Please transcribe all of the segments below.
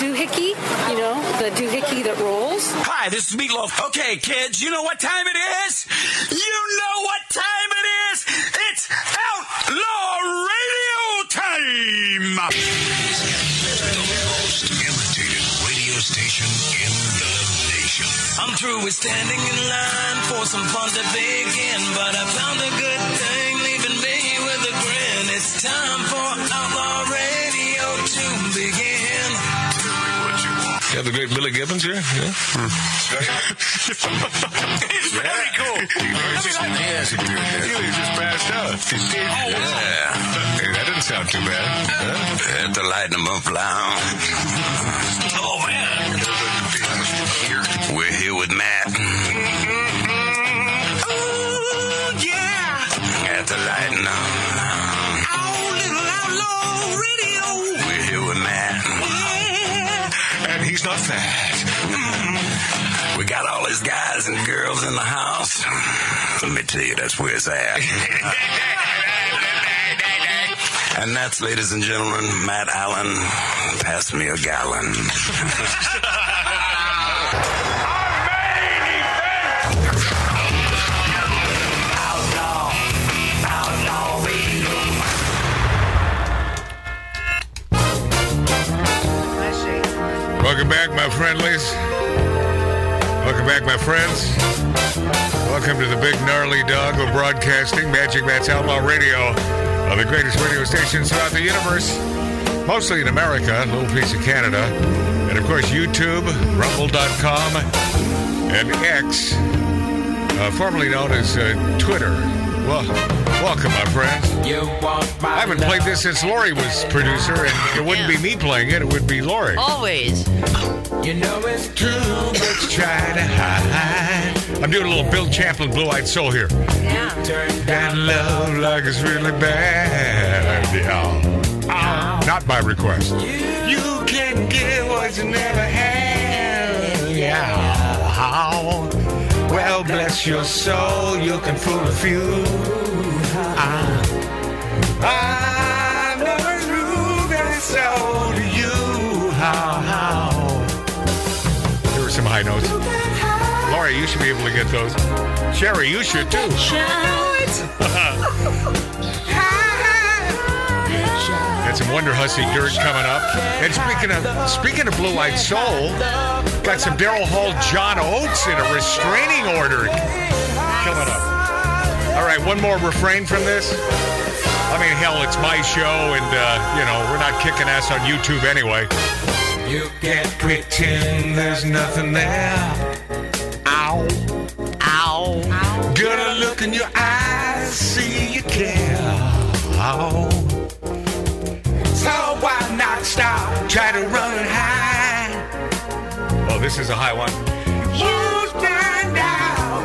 doohickey, you know, the doohickey that rolls. Hi, this is Meatloaf. Okay, kids, you know what time it is? You know what time it is? It's Outlaw Radio time! imitated radio station in the nation. I'm through with standing in line for some fun to begin, but I found a good thing leaving me with a grin. It's time for Outlaw Radio to begin. Got the great Billy Gibbons here. Yeah. Very cool. Healy just passed out. Yeah. Hey, that didn't sound too bad. Huh? Had to lighten them up loud. Oh man, we're here with Matt. Oh yeah, had to lighten up. Our little outlaw radio. We're here with Matt. And he's not fat. Mm-hmm. We got all these guys and girls in the house. Let me tell you, that's where it's at. and that's, ladies and gentlemen, Matt Allen. Pass me a gallon. Welcome back, my friendlies. Welcome back, my friends. Welcome to the big gnarly dog of broadcasting, Magic Matt's Outlaw Radio, of the greatest radio stations throughout the universe, mostly in America, a little piece of Canada, and of course YouTube, Rumble.com, and X, uh, formerly known as uh, Twitter. Well, welcome, my friends. I haven't played this since Lori was producer, and it wouldn't be me playing it; it would be Lori. Always. try to hide. I'm doing a little Bill Champlin Blue Eyed Soul here. That love like it's really bad. Yeah. Ah, Not by request. You can get what you never had. Yeah. Ah. Well, bless your soul, you can fool a few. Ah. I never knew that it's so to you. Ah, ah. Here are some high notes. Laura, you should be able to get those. Sherry, you should too. Got some Wonder Hussy dirt coming up. And speaking of speaking of Blue Eyed Soul, got some Daryl Hall, John Oates in a restraining order coming up. All right, one more refrain from this. I mean, hell, it's my show, and uh, you know we're not kicking ass on YouTube anyway. You can't pretend there's nothing there. Ow. Ow. Girl, I look in your eyes, see you care. Oh. So why not stop? Try to run it high. Oh, this is a high one. You'll find out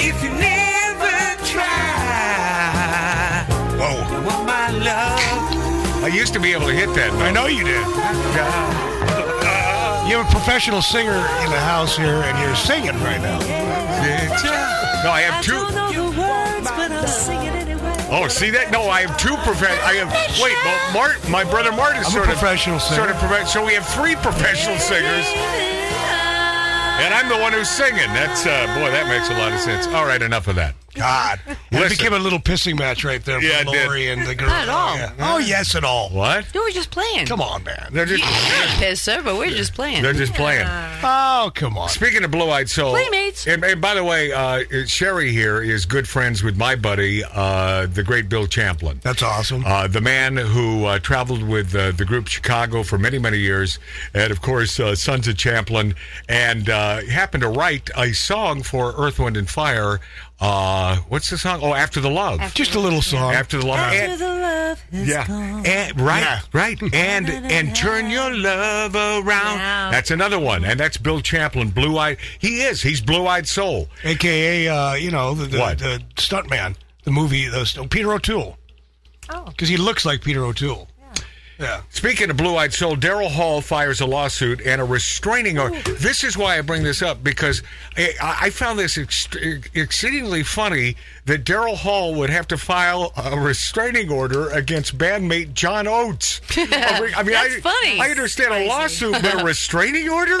if you never try. Whoa. Well, my love. I used to be able to hit that. I know you did. You have a professional singer in the house here, and you're singing right now. No, I have two. know the words, but I'll sing it anyway. Oh, see that? No, I have two professional. I have wait, well, Mart, my brother Mart is I'm a sort of professional singer. Sort of profe- so we have three professional singers, and I'm the one who's singing. That's uh, boy, that makes a lot of sense. All right, enough of that. God. It Listen. became a little pissing match right there Yeah, it for did. Lori and the girl. Not at all. Oh, yeah. Oh, yes, at all. What? You were just playing. Come on, man. They're just You're a pisser, but we're just playing. they're just playing. Oh, come on. Speaking of Blue Eyed Soul, Playmates. And, and by the way, uh, Sherry here is good friends with my buddy, uh, the great Bill Champlin. That's awesome. Uh, the man who uh, traveled with uh, the group Chicago for many, many years, and of course, uh, Sons of Champlin, and uh, happened to write a song for Earth, Wind, and Fire. Uh, what's the song? Oh, After the Love. After, Just a little song. the Love. After And- the love is yeah, gone. and, right, Yeah. right, and and turn your love around. Now. That's another one, and that's Bill Champlin, blue eyed. He is, he's blue eyed soul. AKA, uh, you know, the, the, What? the stuntman, the movie, the, st- Peter O'Toole. Oh. Because he looks like Peter O'Toole. Yeah. Speaking of Blue Eyed Soul, Daryl Hall fires a lawsuit and a restraining order. This is why I bring this up because I, I found this ex- exceedingly funny that Daryl Hall would have to file a restraining order against bandmate John Oates. I mean, I mean, That's I, funny. I understand a Crazy. lawsuit, but a restraining order?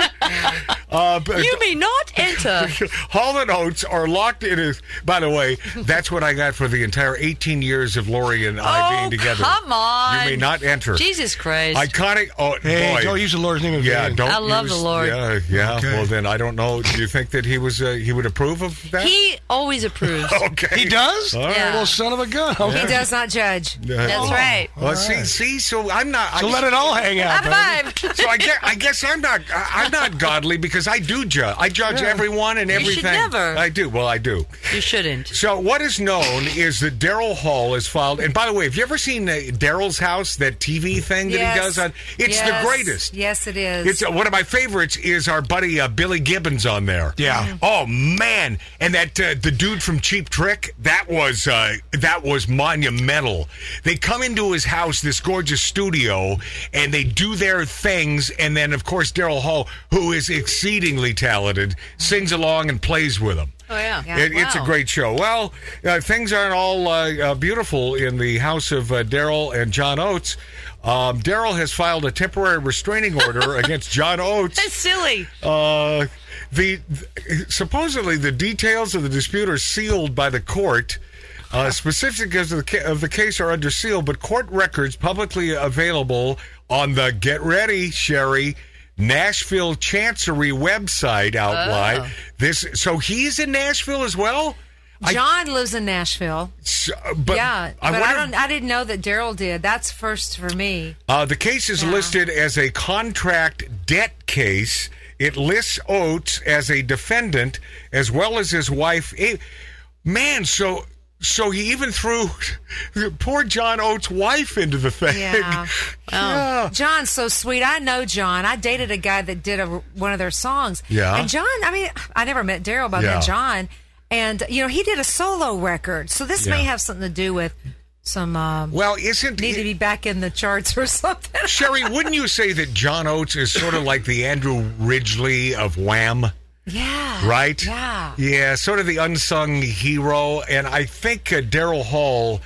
uh, but- You may not enter. Hall and Oates are locked in. A, by the way, that's what I got for the entire 18 years of Lori and I oh, being together. come on. You may not enter. Jesus Christ. Iconic. Oh, Hey, boy. don't use the Lord's name in yeah, vain. don't. I love use- the Lord. Yeah, yeah. Okay. Well, then I don't know. Do you think that he was? Uh, he would approve of that? he always approves. okay. He does? All right. Yeah. Well, son of a gun. He does not judge. Oh. That's right. Well, see, see. So I'm not. Oh. So I, let it all hang out. baby. High five. so I guess, I guess I'm not. I, I'm not godly because I do judge. I judge everyone and should everything. never. I do. Well, I do. You shouldn't. So what is known is that Daryl Hall has filed. And by the way, have you ever seen uh, Daryl's House, that TV thing that Yes. he does on? It's Yes. the greatest. Yes, it is. It's uh, one of my favorites. Is our buddy uh, Billy Gibbons on there? Yeah. Oh man, and that uh, the dude from Cheap Trick. That was uh, that was monumental. They come into his house, this gorgeous studio, and they do their things. And then, of course, Daryl Hall, who is exceedingly talented, sings along and plays with them. Oh, yeah. Yeah. It, It's a Wow. great show. Well, uh, things aren't all uh, uh, beautiful in the house of uh, Daryl and John Oates. Um, Daryl has filed a temporary restraining order against John That's Oates. silly. Uh, the supposedly the details of the dispute are sealed by the court. Uh, specifics of the, ca- of the case are under seal, but court records publicly available on the Get Ready, Sherry. Nashville Chancery website outline Oh. this. So he's in Nashville as well. John lives in Nashville. So- but yeah, I but I wonder- don't. I didn't know that Daryl did. That's first for me. Uh, the case is listed as a contract debt case. It lists Oates as a defendant as well as his wife. A- Man, so so he even threw poor John Oates' wife into the thing. Yeah. Yeah. John's so sweet. I know John. I dated a guy that did a, one of their songs. Yeah. And John, I mean, I never met Daryl, but I Yeah. met John. And, you know, he did a solo record. So this may Yeah. have something to do with some, um, Well, isn't need to be back in the charts or something. Sherry? Wouldn't you say that John Oates is sort of like the Andrew Ridgely of Wham? yeah. right? Yeah. Yeah, sort of the unsung hero. And I think uh, Daryl Hall,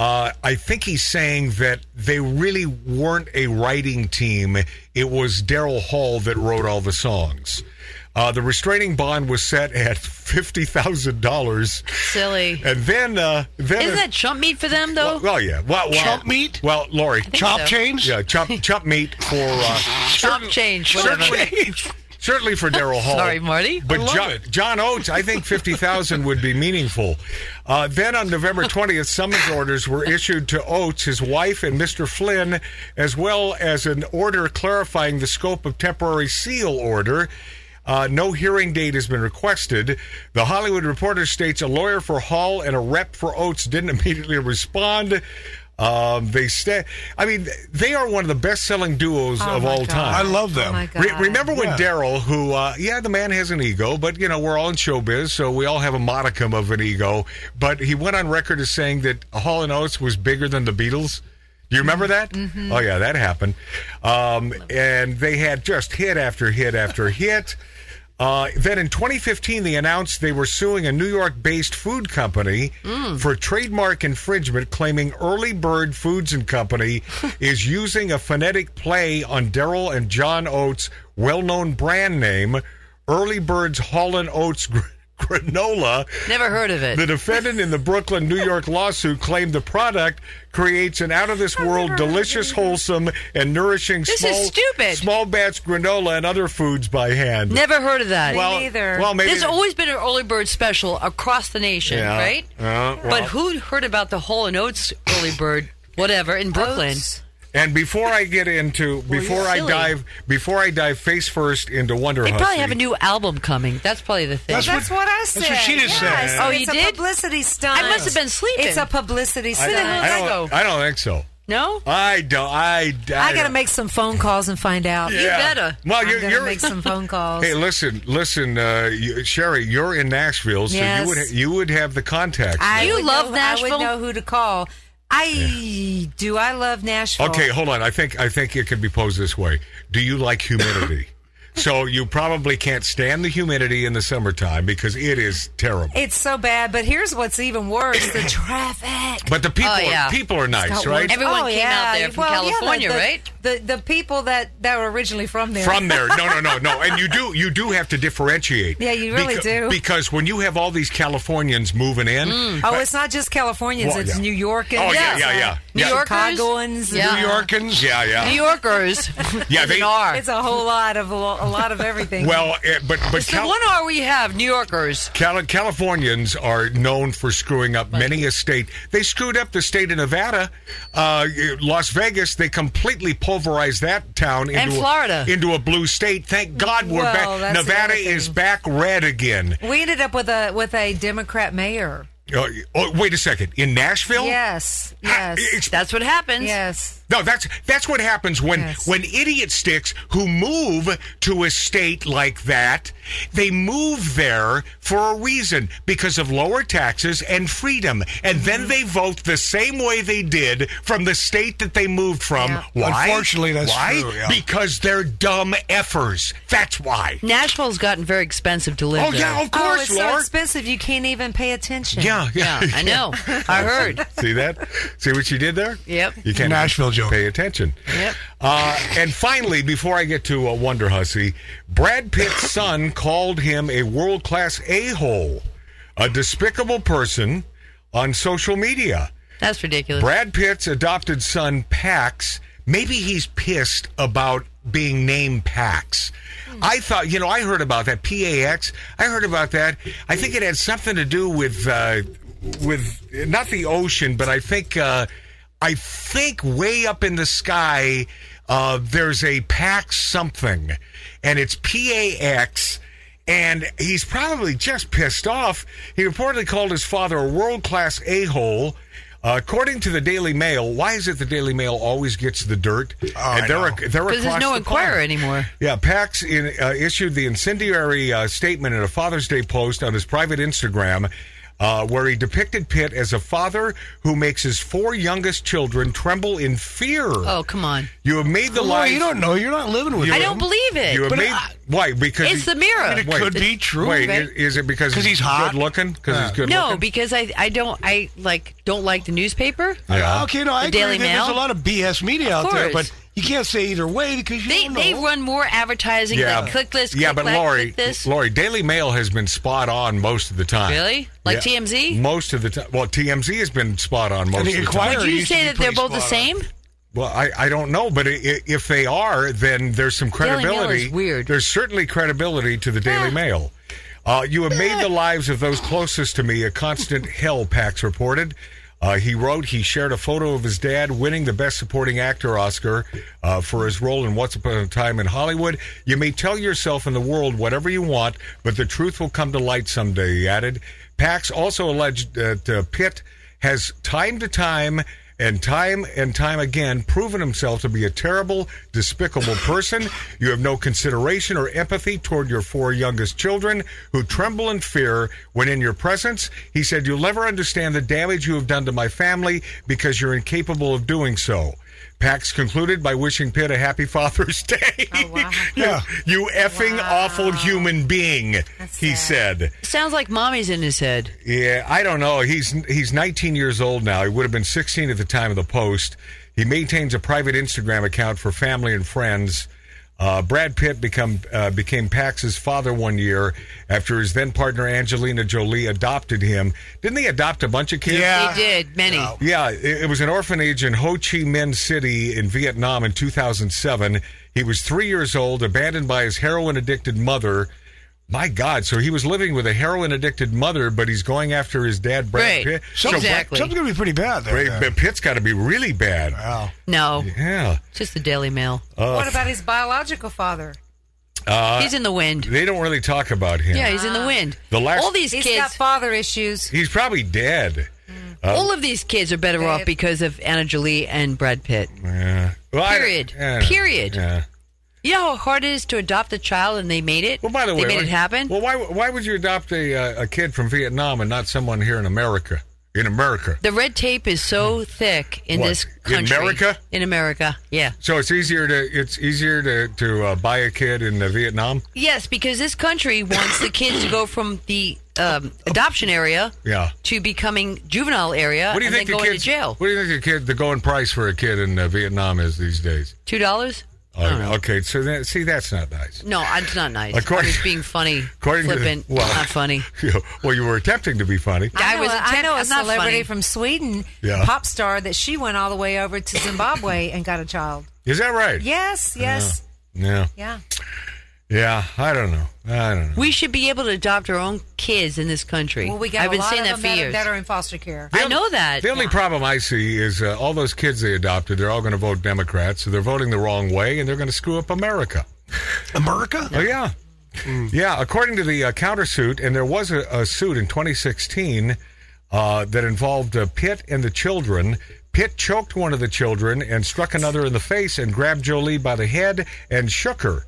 uh, I think he's saying that they really weren't a writing team. It was Daryl Hall that wrote all the songs. Uh, the restraining bond was set at fifty thousand dollars, Silly. and then uh, then Isn't that chump meat for them, though? well, well, yeah, well, well, Chump meat? Well, Lori, Chop so. change? yeah, chop chop meat for uh, Chop certain- change, whatever. Certainly, certainly for Daryl Hall. Sorry, Marty. But I love John, it. John Oates, I think fifty thousand would be meaningful. Uh, then on November twentieth, summons orders were issued to Oates, his wife, and Mr. Flynn, as well as an order clarifying the scope of temporary seal order. Uh, no hearing date has been requested. The Hollywood Reporter states a lawyer for Hall and a rep for Oates didn't immediately respond. Um, they sta I mean, they are one of the best-selling duos Oh, of my all God. time. I love Oh, them. my God. Re- remember when Daryl, who, uh, yeah, the man has an ego, but, you know, we're all in showbiz, so we all have a modicum of an ego. But he went on record as saying that Hall and Oates was bigger than the Beatles. Do you remember that? Oh, yeah, that happened. Um, and they had just hit after hit after hit. Uh, then in 2015, they announced they were suing a New York based food company Mm. for trademark infringement, claiming Early Bird Foods and Company is using a phonetic play on Daryl and John Oates' well known brand name, Early Bird's Holland Oats Gr- Granola. Never heard of it. The defendant in the Brooklyn, New York lawsuit claimed the product creates an out of this world, delicious, wholesome, and nourishing This small, is stupid. small batch granola and other foods by hand. Never heard of that. well, neither. well, maybe There's always been an early bird special across the nation, Yeah. right? Yeah, well. But who heard about the Hole and Oates early bird, whatever, in Brooklyn? Oats. And before I get into before I silly. dive before I dive face first into Wonder They Hussy, probably have a new album coming. That's probably the thing. That's That's what I said. what she just Yeah, I said. Oh, it's you a did? publicity stunt. I must have been sleeping. It's a publicity I, stunt. hell I did I don't, go? I don't think so. no? I don't. I. I got to don't- make some phone calls and find out. You better. Well, I'm you're, gonna you're make some phone calls. Hey, listen, listen, uh, you, Sherry. You're in Nashville, so Yes. you would ha- you would have the contacts. I You would love know, I Nashville? would know who to call. I do. I love Nashville. Okay, hold on. I think I think it can be posed this way. Do you like humidity? so you probably can't stand the humidity in the summertime because it is terrible. It's so bad, but here's what's even worse: the traffic. but the people Oh, yeah. are, people are nice, Got right? worse. Everyone came out there from Well, yeah, the- California, the, right? The the people that that were originally from there. From there, no, no, no, no, and you do you do have to differentiate. Yeah, you really Beca- do. because when you have all these Californians moving in, uh, Oh, it's not just Californians; Well, it's yeah. New Yorkers. Oh, yeah, yeah, yeah. New Yeah. Yorkers? Chicagoans. Yeah. New Yorkers, yeah, yeah, New Yorkers. yeah, With they an R. It's a whole lot of a lot of everything. well, eh, but but It's Cal- the one R we have, New Yorkers. Cali- Californians are known for screwing up many a state. They screwed up the state of Nevada, uh, Las Vegas. They completely pulverized that town into And Florida. a, into a blue state. Thank God we're Well, back. that's the Nevada other thing. is back red again. we ended up with a with a Democrat mayor. Uh, oh, wait a second. In Nashville, Yes, Ha- yes, ex- That's what happens. yes. No, that's that's what happens when Yes. when idiot sticks who move to a state like that, they move there for a reason because of lower taxes and freedom, and Mm-hmm. then they vote the same way they did from the state that they moved from. Yeah. Why? Unfortunately, that's why? true, yeah. Because they're dumb effers. That's why. Nashville's gotten very expensive to live Oh there. yeah, of Mm-hmm. Oh, course, it's so Lord. expensive you can't even pay attention. yeah, Yeah, I know. I heard. See that? See what you did there? Yep. You can't Nashville joke. Pay attention. Yep. Uh, and finally, before I get to uh, Wonder Hussy, Brad Pitt's son called him a world class a hole, a despicable person on social media. That's ridiculous. Brad Pitt's adopted son, Pax, maybe he's pissed about being named Pax. I thought, you know, I heard about that P A X. I heard about that. I think it had something to do with uh, with not the ocean, but I think uh, I think way up in the sky uh, there's a Pax something, and it's P A X and he's probably just pissed off. He reportedly called his father a world class a hole. Uh, according to the Daily Mail, why is it the Daily Mail always gets the dirt? Oh, I and they're know. they're Because across there's no the pond. inquirer anymore. Yeah, Pax in, uh, issued the incendiary uh, statement in a Father's Day post on his private Instagram. Uh, where he depicted Pitt as a father who makes his four youngest children tremble in fear. Oh, come on. You have made the Well, life. you don't know. You're not living with I him. don't believe it. You have But made I- why? Because It's he- the mirror. I mean, it could be true. Wait, Right. is, is it because 'Cause he's hot? Uh. good looking? Because he's good no, looking. because I I don't I like don't like the newspaper. Yeah. Okay, no, I The agree. Daily that There's Mail? a lot of BS media out there, course. but you can't say either way because you They Oh. don't know. they run more advertising. Yeah, like, click this. Yeah, click but that, Lori, click this. Lori, Daily Mail has been spot on most of the time. Really? Like TMZ? Most of the time. Well, TMZ has been spot on most the of the Inquirer- time. Would you used to say be that they're pretty both the spot same? on. Well, I, I don't know, but i- i- if they are, then there's some Daily Mail credibility. is weird. Ah. There's certainly credibility to the Daily Mail. Uh, you have made the lives of those closest to me a constant hell, Pax reported. Uh, he wrote he shared a photo of his dad winning the Best Supporting Actor Oscar uh, for his role in Once Upon a Time in Hollywood. You may tell yourself and the world whatever you want, but the truth will come to light someday, he added. Pax also alleged that uh, Pitt has time to time and time and time again proven himself to be a terrible, despicable person. You have no consideration or empathy toward your four youngest children who tremble in fear when in your presence. He said, You'll never understand the damage you have done to my family because you're incapable of doing so. Pax concluded by wishing Pitt a happy Father's Day. Oh, wow. Yeah. you effing awful human being, That's he sad. said. Sounds like mommy's in his head. Yeah, I don't know. He's he's 19 years old now. He would have been 16 at the time of the post. He maintains a private Instagram account for family and friends. Uh, Brad Pitt become uh, became Pax's father one year after his then partner Angelina Jolie adopted him. Didn't they adopt a bunch of kids? Yeah. They did many. Yeah, it, it was an orphanage in Ho Chi Minh City in Vietnam in 2007. He was three years old, abandoned by his heroin addicted mother. My God! So he was living with a heroin addicted mother, but he's going after his dad, Brad Right. Pitt. So Exactly. Something's going to be pretty bad there. Brad then. Brad Pitt's got to be really bad. Wow. No, Yeah, just the Daily Mail. What about his biological father? he's in the wind. they don't really talk about him. Yeah, he's in the wind. Uh, The last- all these He's got kids, father issues. he's probably dead. all of these kids are better off They- because of Anna Jolie and Brad Pitt. Yeah. Well, I- Period. yeah. Period. Yeah. You know how hard it is to adopt a child, and they made it. Well, by the way, they made like- it happen. Well, why why would you adopt a uh, a kid from Vietnam and not someone here in America? in America. The red tape is so thick in Hmm. What? this In country. America? In America, yeah. So it's easier to it's easier to to uh, buy a kid in uh, Vietnam. Yes, because this country wants the kids to go from the um, adoption area Yeah. to becoming juvenile area What do you and think then the going kids? to jail. What do you think the kid the going price for a kid in uh, Vietnam is these days? Two dollars? Uh, okay, so that, see that's not nice. No, I- it's not nice. I According- was being funny, According flippant, to well, not funny. Yeah, well, you were attempting to be funny. I know was a- I know a attempt- not celebrity funny. from Sweden, Yeah. pop star, that she went all the way over to Zimbabwe and got a child. Is that right? Yes, yes, Yeah. yeah. Yeah. I don't know. I don't know. We should be able to adopt our own kids in this country. Well, we got I've a been lot saying of that them for that, are- years. that are in foster care. I know that. The only problem I see is uh, all those kids they adopted. They're all going to vote Democrat, so they're voting the wrong way, and they're going to screw up America. America? Oh yeah, yeah. According to the uh, countersuit, and there was a, a suit in 2016 uh, that involved uh, Pitt and the children. Pitt choked one of the children and struck another in the face, and grabbed Jolie by the head and shook her.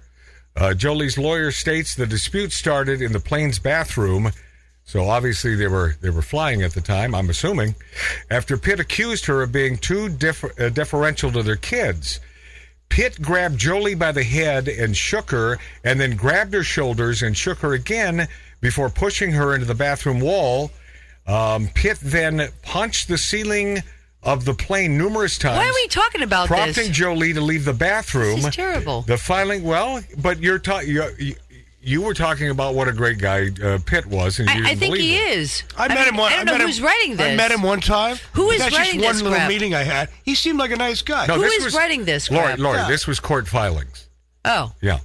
Uh, Jolie's lawyer states the dispute started in the plane's bathroom. So obviously they were they were flying at the time. I'm assuming. After Pitt accused her of being too differ, uh, deferential to their kids, Pitt grabbed Jolie by the head and shook her, and then grabbed her shoulders and shook her again before pushing her into the bathroom wall. Um, Pitt then punched the ceiling of the plane numerous times. Why are we talking about prompting this? Jolie to leave the bathroom? This is terrible. The filing, well, but you're talking. You, you were talking about what a great guy uh, Pitt was, and you I, I didn't think believe he it. is. I, met mean, him one. I I don't met know him- who's writing this. I met him one time. Who is That's writing just one this little crap? meeting I had. He seemed like a nice guy, No, Who this is was, writing this Lori, crap? Lori, Yeah. this was court filings. Oh, Yeah.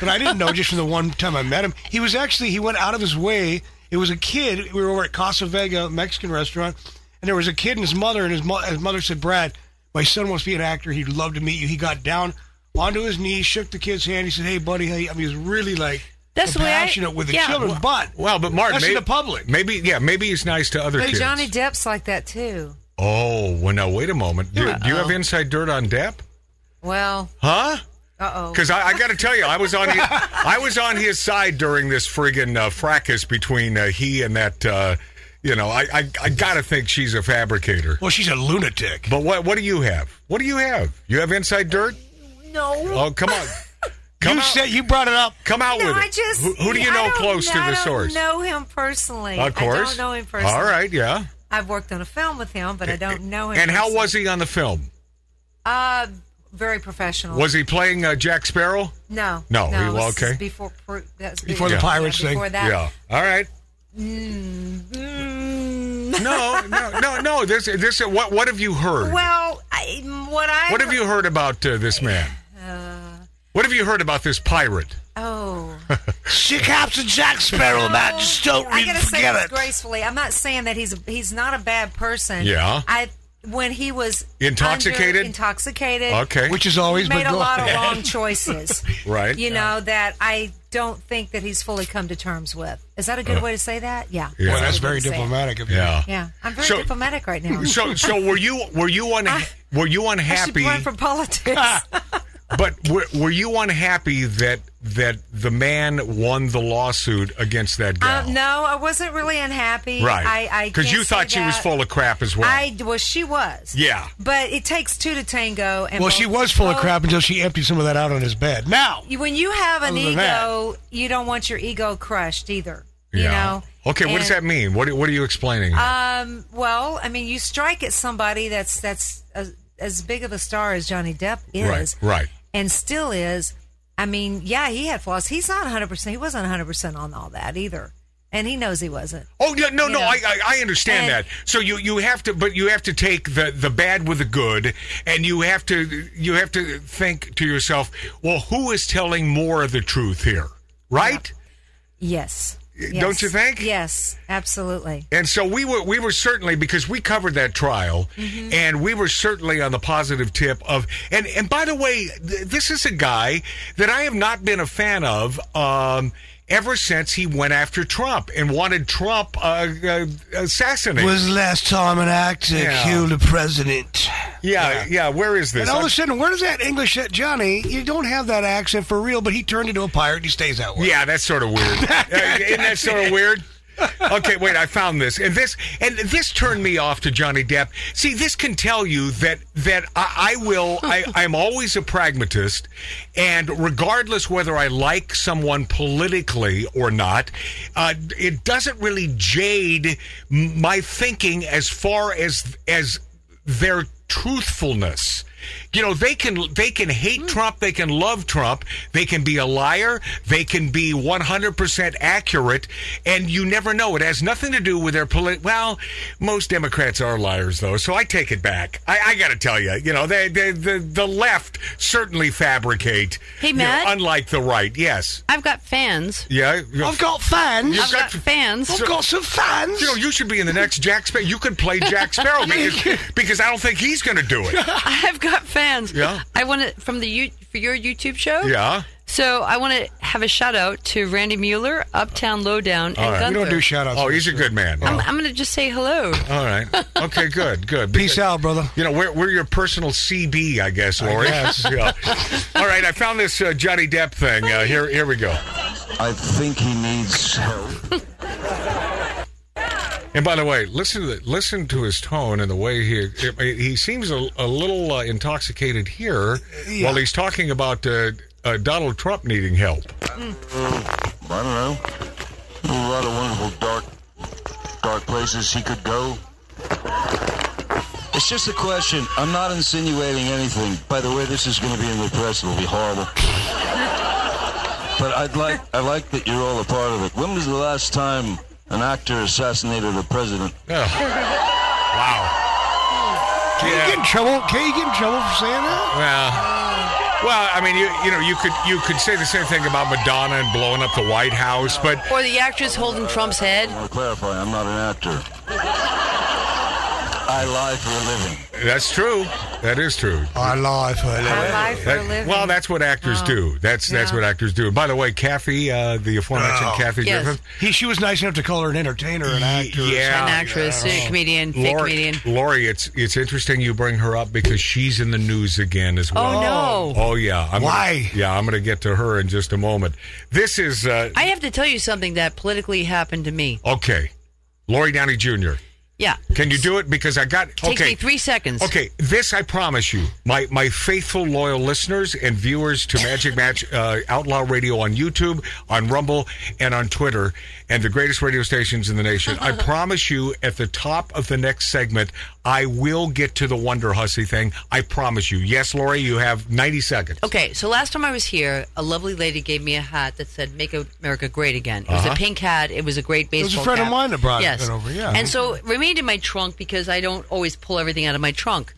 but I didn't know just from the one time I met him. He was actually he went out of his way. It was a kid. We were over at Casa Vega Mexican restaurant, and there was a kid and his mother. And his, mo- his mother said, "Brad, my son wants to be an actor. He'd love to meet you." He got down onto his knees, shook the kid's hand. He said, "Hey, buddy. Hey, I mean, he was really like." That's the way I- compassionate with the yeah. children, but Well, but Mark, that's maybe, in the public. Maybe, yeah, maybe he's nice to other But kids. Johnny Depp's like that too. Oh, well, now wait a moment. Do, do you have inside dirt on Depp? Well, Huh? uh oh. Because I, I got to tell you, I was on his, I was on his side during this friggin' uh, fracas between uh, he and that. Uh, you know, I I, I got to think she's a fabricator. Well, she's a lunatic. But what what do you have? What do you have? You have inside dirt? No. Oh, come on, come you out, said you brought it up. come out No, with it. I just. who, who do you I know don't close to know- the source? I don't know him personally. Of course, I don't know him personally. All right, yeah. I've worked on a film with him, but I don't know him. And how personally. was he on the film? Uh, very professional. Was he playing uh, Jack Sparrow? no, No, he- it was well, okay. Before pr- that's Before the yeah, pirates thing. Before that, Yeah. All right. Mm, No, no, no, no. This, this. What, what have you heard? well, I, what I Uh, what have you heard about uh, this man? what have you heard about this pirate? Oh, She caps and Jack Sparrow, man. Just don't I gotta say forget this it. gracefully. I'm not saying that he's he's not a bad person. Yeah. I when he was Intoxicated? under- intoxicated. Okay. Which is always he made a been going- lot of wrong choices. Right. You know that I don't think that he's fully come to terms with. Is that a good way to say that? Yeah. Yeah. Well, that's a good very way to say it. diplomatic of you. yeah. Yeah, I'm very So- diplomatic right now. So, so were you were you unha- were you I should unhappy? run for politics. Uh, but were, were you unhappy that that the man won the lawsuit against that guy? Um, no, I wasn't really unhappy. I right. because you thought she was full of crap as well. I well, she was. Yeah. But it takes two to tango. And Well, both- she was full of both- crap until she emptied some of that out on his bed. Now, You- When you have an Other than ego, you don't want your ego crushed either. You yeah. know. okay. What does that And, mean? What What are you explaining? here? Um. Well, I mean, you strike at somebody that's that's as, as big of a star as Johnny Depp right. is, Right. and still is. I mean, yeah, he had flaws. He's not 100. percent He wasn't 100 percent on all that either, and he knows he wasn't. Oh yeah, no, You no, know. I, I I understand And- that. So you you have to, but you have to take the the bad with the good, and you have to you have to think to yourself, well, who is telling more of the truth here, right? Yes. Don't you Yes. think? Yes, absolutely. And so we were we were certainly because we covered that trial, and we were certainly on the positive tip of and and by the way, th- this is a guy that I have not been a fan of. Um, Ever since he went after Trump and wanted Trump uh, uh, assassinated, was the last time an actor Yeah. killed a president. yeah, yeah, Where is this? And all I'm- of a sudden, where does that English that Johnny? You don't have that accent for real, but he turned into a pirate. and He stays that way. Yeah, that's sort of weird. Uh, Isn't that sort of weird? Okay, wait. I found this, and this, and this turned me off to Johnny Depp. See, this can tell you that that I, I will. I, I'm always a pragmatist, and regardless whether I like someone politically or not, uh, it doesn't really jade m- my thinking as far as as their truthfulness. You know, they can they can Hmm. hate Trump, they can love Trump, they can be a liar, they can be 100% accurate, and you never know. It has nothing to do with their polit. Well, most Democrats are liars, though, so I take it back. I, I got to tell you, you know, they, they, the the left certainly fabricate. Hey, you know, Matt? unlike the right, yes, I've got fans. yeah. I've got fans. You I've got fans. Oh. I've got some fans. You know, you should be in the next Jack Sparrow. You could play Jack Sparrow because, because I don't think he's going to do it. I've got fans. Yeah. I want to from the you for your YouTube show. Yeah. So I want to have a shout out to Randy Mueller, Uptown Lowdown, and right. we Gunther. don't do shout outs. Oh, he's a good man. I'm, I'm going to just say hello. All right. Okay, good, good. Peace out, brother. You know, we're, we're your personal CB, I guess, Lori. guess. Yeah. All right, I found this uh, Johnny Depp thing. Uh, here, here we go. I think he needs help. And by the way, listen to the, listen to his tone and the way he he seems a, a little uh, intoxicated here while he's talking about uh, uh, Donald Trump needing help. I don't know. There are a lot of wonderful dark, dark places he could go. It's just a question. I'm not insinuating anything. By the way, this is going to be in the press. It'll be horrible. But I'd like, I like that you're all a part of it. When was the last time an actor assassinated a president? Wow. Can you Yeah. get in trouble? Can you get in trouble for saying that? Well, well, I mean, you you know, you could you could say the same thing about Madonna and blowing up the White House, but Or the actress holding Trump's head. I want to clarify. I'm not an actor. I lie for a living. that's true. That is true. I lie for a I living. lie for a That- living. well, that's what Oh. actors do. That's that's Yeah. what actors do. And by the way, Kathy, uh, the aforementioned Kathy Yes. Griffith, He, she was nice enough to call her an entertainer, Oh. an actor. yeah, An actress, a comedian, fake Lori, comedian. Lori, it's it's interesting you bring her up because she's in the news again as well. Oh, no. Oh yeah. I'm Why? Gonna, yeah, I'm going to get to her in just a moment. This is uh, I have to tell you something that politically happened to me. okay. Lori Downey Jr. Yeah. Can you do it? Because I got Takes okay. me three seconds. Okay, this I promise you, my my faithful loyal listeners and viewers to Magic Match uh, Outlaw Radio on YouTube, on Rumble, and on Twitter, and the greatest radio stations in the nation. I promise you, at the top of the next segment, I will get to the Wonder Hussy thing. I promise you. Yes, Lori, you have ninety seconds. Okay, so last time I was here, a lovely lady gave me a hat that said "Make America Great Again." It was a pink hat. It was a great Uh-huh. was a baseball. friend of cap. mine that brought yes. it over, yeah. and so it remained in my trunk because I don't always pull everything out of my trunk.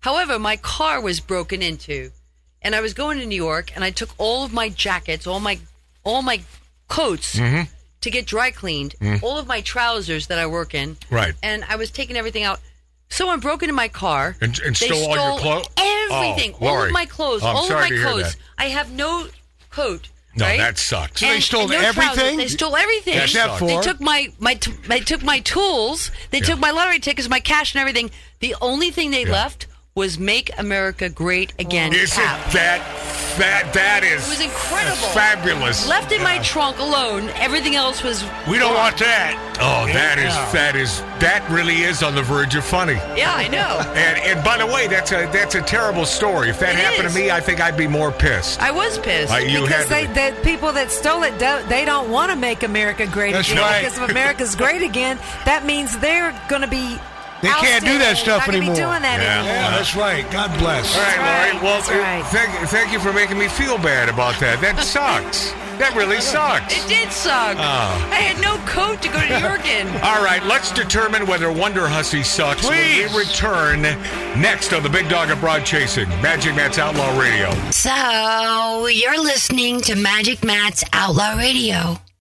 However, my car was broken into, and I was going to New York, and I took all of my jackets, all my all my coats Mm-hmm. to get dry cleaned, Mm. all of my trousers that I work in, Right. And I was taking everything out. Someone broke into my car And- and They stole all your clo- Everything, Oh, all Lori. of my clothes, I'm all of sorry my to hear clothes. that. I have no coat. No, right? that sucks. So they stole everything? trousers. They stole everything. That Except sucks. they for- took my my t- they took my tools. They took my lottery tickets, my cash, and everything. The only thing they Yeah. left was "Make America Great Again." Is it cap. that that that is It was incredible. fabulous. Left in my trunk alone. Everything else was. We don't want that. Oh, that is that is that really is on the verge of funny. Yeah, I know. And and by the way, that's a that's a terrible story. If It that happened is. to me, I think I'd be more pissed. I was pissed. Uh, you because they, had to be- the people that stole it, don't, they don't want to make America great That's again. right. Because if America's great again, that means they're going to be. They can't do that ousted. stuff They're not gonna anymore. Be doing that Yeah. anymore. Yeah, that's right. God bless. All right, Lori. right, Well, that's uh, right. thank thank you for making me feel bad about that. That sucks. That really sucks. It did suck. Oh. I had no coat to go to New York in. All right, let's determine whether Wonder Hussy sucks when Please. we return next on the Big Dog Abroad Chasing Magic Matt's Outlaw Radio. So, you're listening to Magic Matt's Outlaw Radio.